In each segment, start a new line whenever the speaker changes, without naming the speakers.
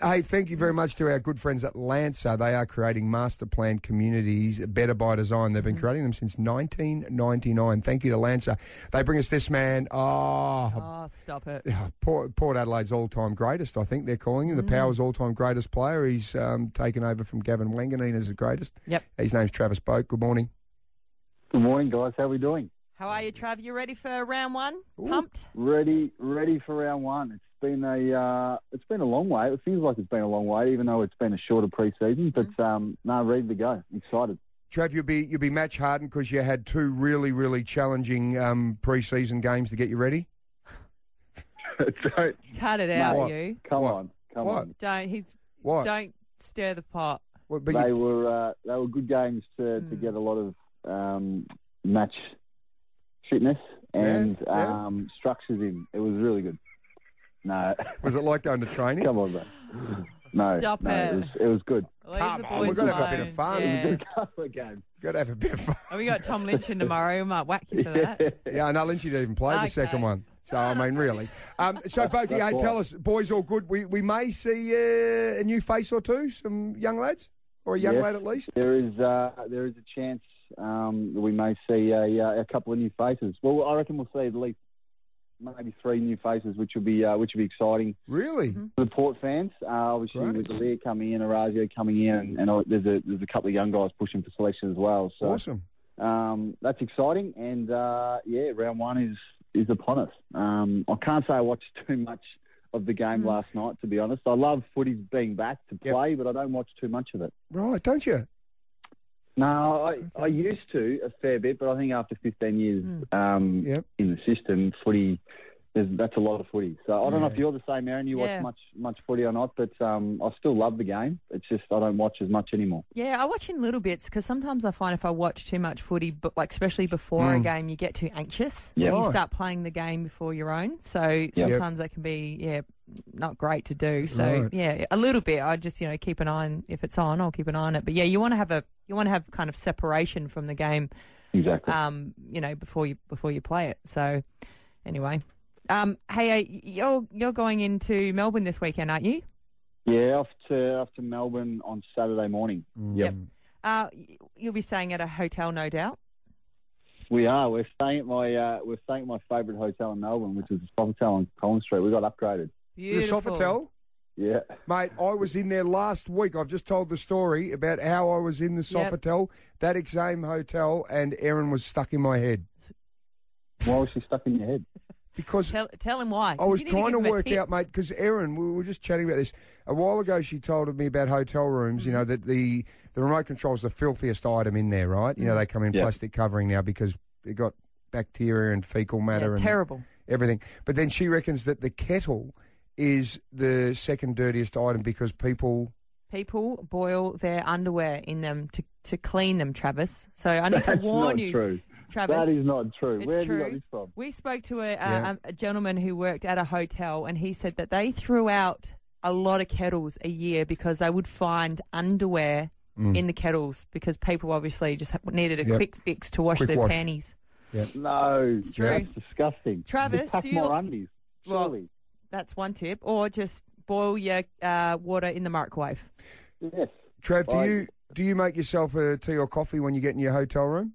Hey, thank you very much to our good friends at Lancer. They are creating master planned communities better by design. They've been creating them since 1999. Thank you to Lancer. They bring us this man. Oh,
Oh, stop it.
Port, Port Adelaide's all time greatest, I think they're calling him. The Power's all time greatest player. He's um, taken over from Gavin Wanganeen as the greatest.
Yep.
His name's Travis Boak. Good morning.
Good morning, guys. How are we doing?
How are you, Trav? You ready for round one? Pumped?
Ready, ready for round one. It's been a, uh, it's been a long way. It feels like it's been a long way, even though it's been a shorter preseason. But
Mm-hmm.
um, no, ready to go. Excited.
Trav, you'll be, you'll be match hardened because you had two really, really challenging um, pre season games to get you ready.
Don't-
Cut it out,
What?
you.
come
What?
on, come
What?
on.
Don't. He's.
What?
Don't stir the pot.
Well, but
They
you- Mm.
were, uh, they were good games to, to get a lot of um, match fitness and
Yeah, yeah.
Um, structures in. It was really good. No,
was it like going to training?
come on, bro. No,
Stop
no,
it.
it was, it was good.
Leave
Come
the
on,
boys
we've gotta have a bit of
alone.
fun.
Yeah.
Good couple of games.
Got to have a bit of fun.
And we got Tom Lynch in tomorrow. We might whack you for that.
Yeah, no, Lynchy didn't even play the
Okay.
second one. So, I mean, really. Um, so, Bokey,
that's
hey,
all.
tell us, boys, all good. We, we may see uh, a new face or two, some young lads, or a young
Yes.
lad at least.
There is uh, there is a chance um, that we may see a, uh, a couple of new faces. Well, I reckon we'll see at least maybe three new faces, which will be uh, which will be exciting
Really?
for the Port fans. Uh, obviously,
Great.
with Lear coming in, Orazio coming in, and, and there's a there's a couple of young guys pushing for selection as well. So
Awesome.
um, that's exciting, and uh, yeah, round one is is upon us. Um, I can't say I watched too much of the game last night, to be honest. I love footy being back to
Hmm. Yep.
play, but I don't watch too much of it.
Right, don't you?
No, I, I used to a fair bit, but I think after 15 years um,
Hmm. Yep.
in the system, footy, there's, that's a lot of footy. So I don't know
Yeah.
if you're the same, Aaron. You
Yeah.
watch much much footy or not, but um, I still love the game. It's just I don't watch as much anymore.
Yeah, I watch in little bits because sometimes I find if I watch too much footy, but like especially before a game, you get too anxious.
Yeah.
Hmm. Right.
You start playing the game before your own, so sometimes that can be yeah not great to do. So
Right.
yeah, a little bit. I just you know keep an eye on if it's on, I'll keep an eye on it. But yeah, you want to have a you want to have kind of separation from the game,
Exactly.
um, you know before you before you play it. So anyway, um, hey, uh, you're you're going into Melbourne this weekend, aren't you?
yeah, off to off to Melbourne on Saturday morning. Yep.
Mm.
Uh, y- you'll be staying at a hotel, no doubt.
We are. We're staying at my uh, we're staying at my favourite hotel in Melbourne, which is the Sofitel on Collins Street. We got upgraded.
Beautiful.
The Sofitel?
Yeah.
Mate, I was in there last week. I've just told the story about how I was in the
Yep.
Sofitel, that exam hotel, and Erin was stuck in my head.
Why was she stuck in your head?
Because
Tell, tell him why.
I
'cause
was
you need give
trying to
him a
work
tip.
out, mate, because Erin, we were just chatting about this a while ago. She told me about hotel rooms.
Mm-hmm.
You know that the the remote control is the filthiest item in there, right?
Mm-hmm.
You know they come in
Yeah.
plastic covering now because it got bacteria and fecal
Yeah,
matter and
terrible.
everything. But then she reckons that the kettle is the second dirtiest item because people.
People boil their underwear in them to, to clean them, Travis. So I need to warn
not
you,
true.
Travis.
That is not true.
It's
Where have
true.
you got this from?
We spoke to a, a,
Yeah.
um, a gentleman who worked at a hotel, and he said that they threw out a lot of kettles a year because they would find underwear in the kettles because people obviously just ha- needed a
Mm. Yep.
quick fix to wash
Quick
their
wash.
panties.
No,
true.
that's disgusting.
Travis,
pack
do you-
more undies.
Well-
Surely,
That's one tip. Or just boil your uh, water in the microwave.
yes.
Trav, do
I-
you do you make yourself a tea or coffee when you get in your hotel room?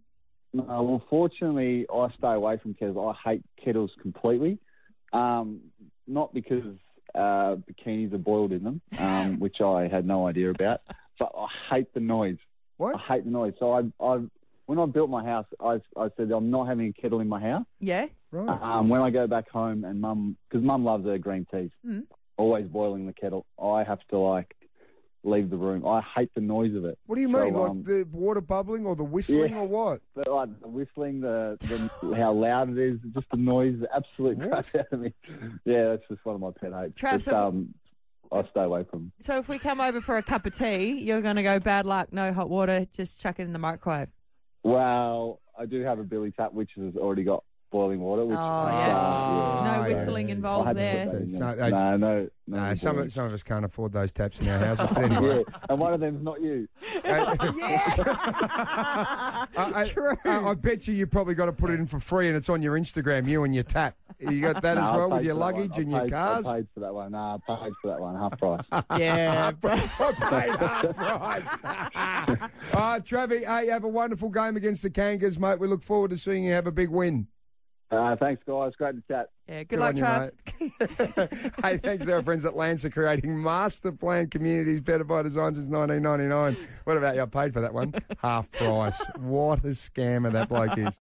No, well, fortunately, I stay away from kettles. I hate kettles completely. Um, not because uh, bikinis are boiled in them, um, which I had no idea about, but I hate the noise.
What?
I hate the noise. So I, I, when I built my house, I, I said I'm not having a kettle in my house.
Yeah?
Right.
Ah.
Um, when I go back home and mum, because mum loves her green teas,
Mm.
always boiling the kettle. I have to like leave the room. I hate the noise of it.
What do you
So,
mean, like
um,
the water bubbling or the whistling
Yeah.
or what?
But like the whistling, the, the how loud it is, just the noise, the absolute crap out of me. Yeah, that's just one of my pet hates.
Trav,
But,
so-
um, I stay away from.
So if we come over for a cup of tea, you're going to go bad luck, no hot water, just chuck it in the microwave.
Well, I do have a billy tap, which has already got boiling water.
Oh
Which, uh,
yeah,
yeah.
no
Oh,
whistling
yeah.
I
involved
had to put
there.
that in
So,
there.
so,
no, no, no.
No, some
boiling.
of, some of us can't afford those taps in our houses. But
yeah,
anyway,
and one of them's not you.
I, I,
True.
I, I bet you you probably got to put it in for free, and it's on your Instagram. You and your tap. You got that as
Nah, I
well with
paid
your
for that one.
luggage
I
and your
paid-
cars.
I paid for that one. Nah, I paid for that one. Half price.
Yeah.
Half price. Half price. uh, Travi, hey, have a wonderful game against the Kangas, mate. We look forward to seeing you have a big win.
Uh, thanks, guys. Great to chat.
yeah. Good, luck, Trav.
you, mate. hey, thanks to our friends at Lancer creating master plan communities better by design since 1999. What about you? I paid for that one. Half price. What a scammer that bloke is.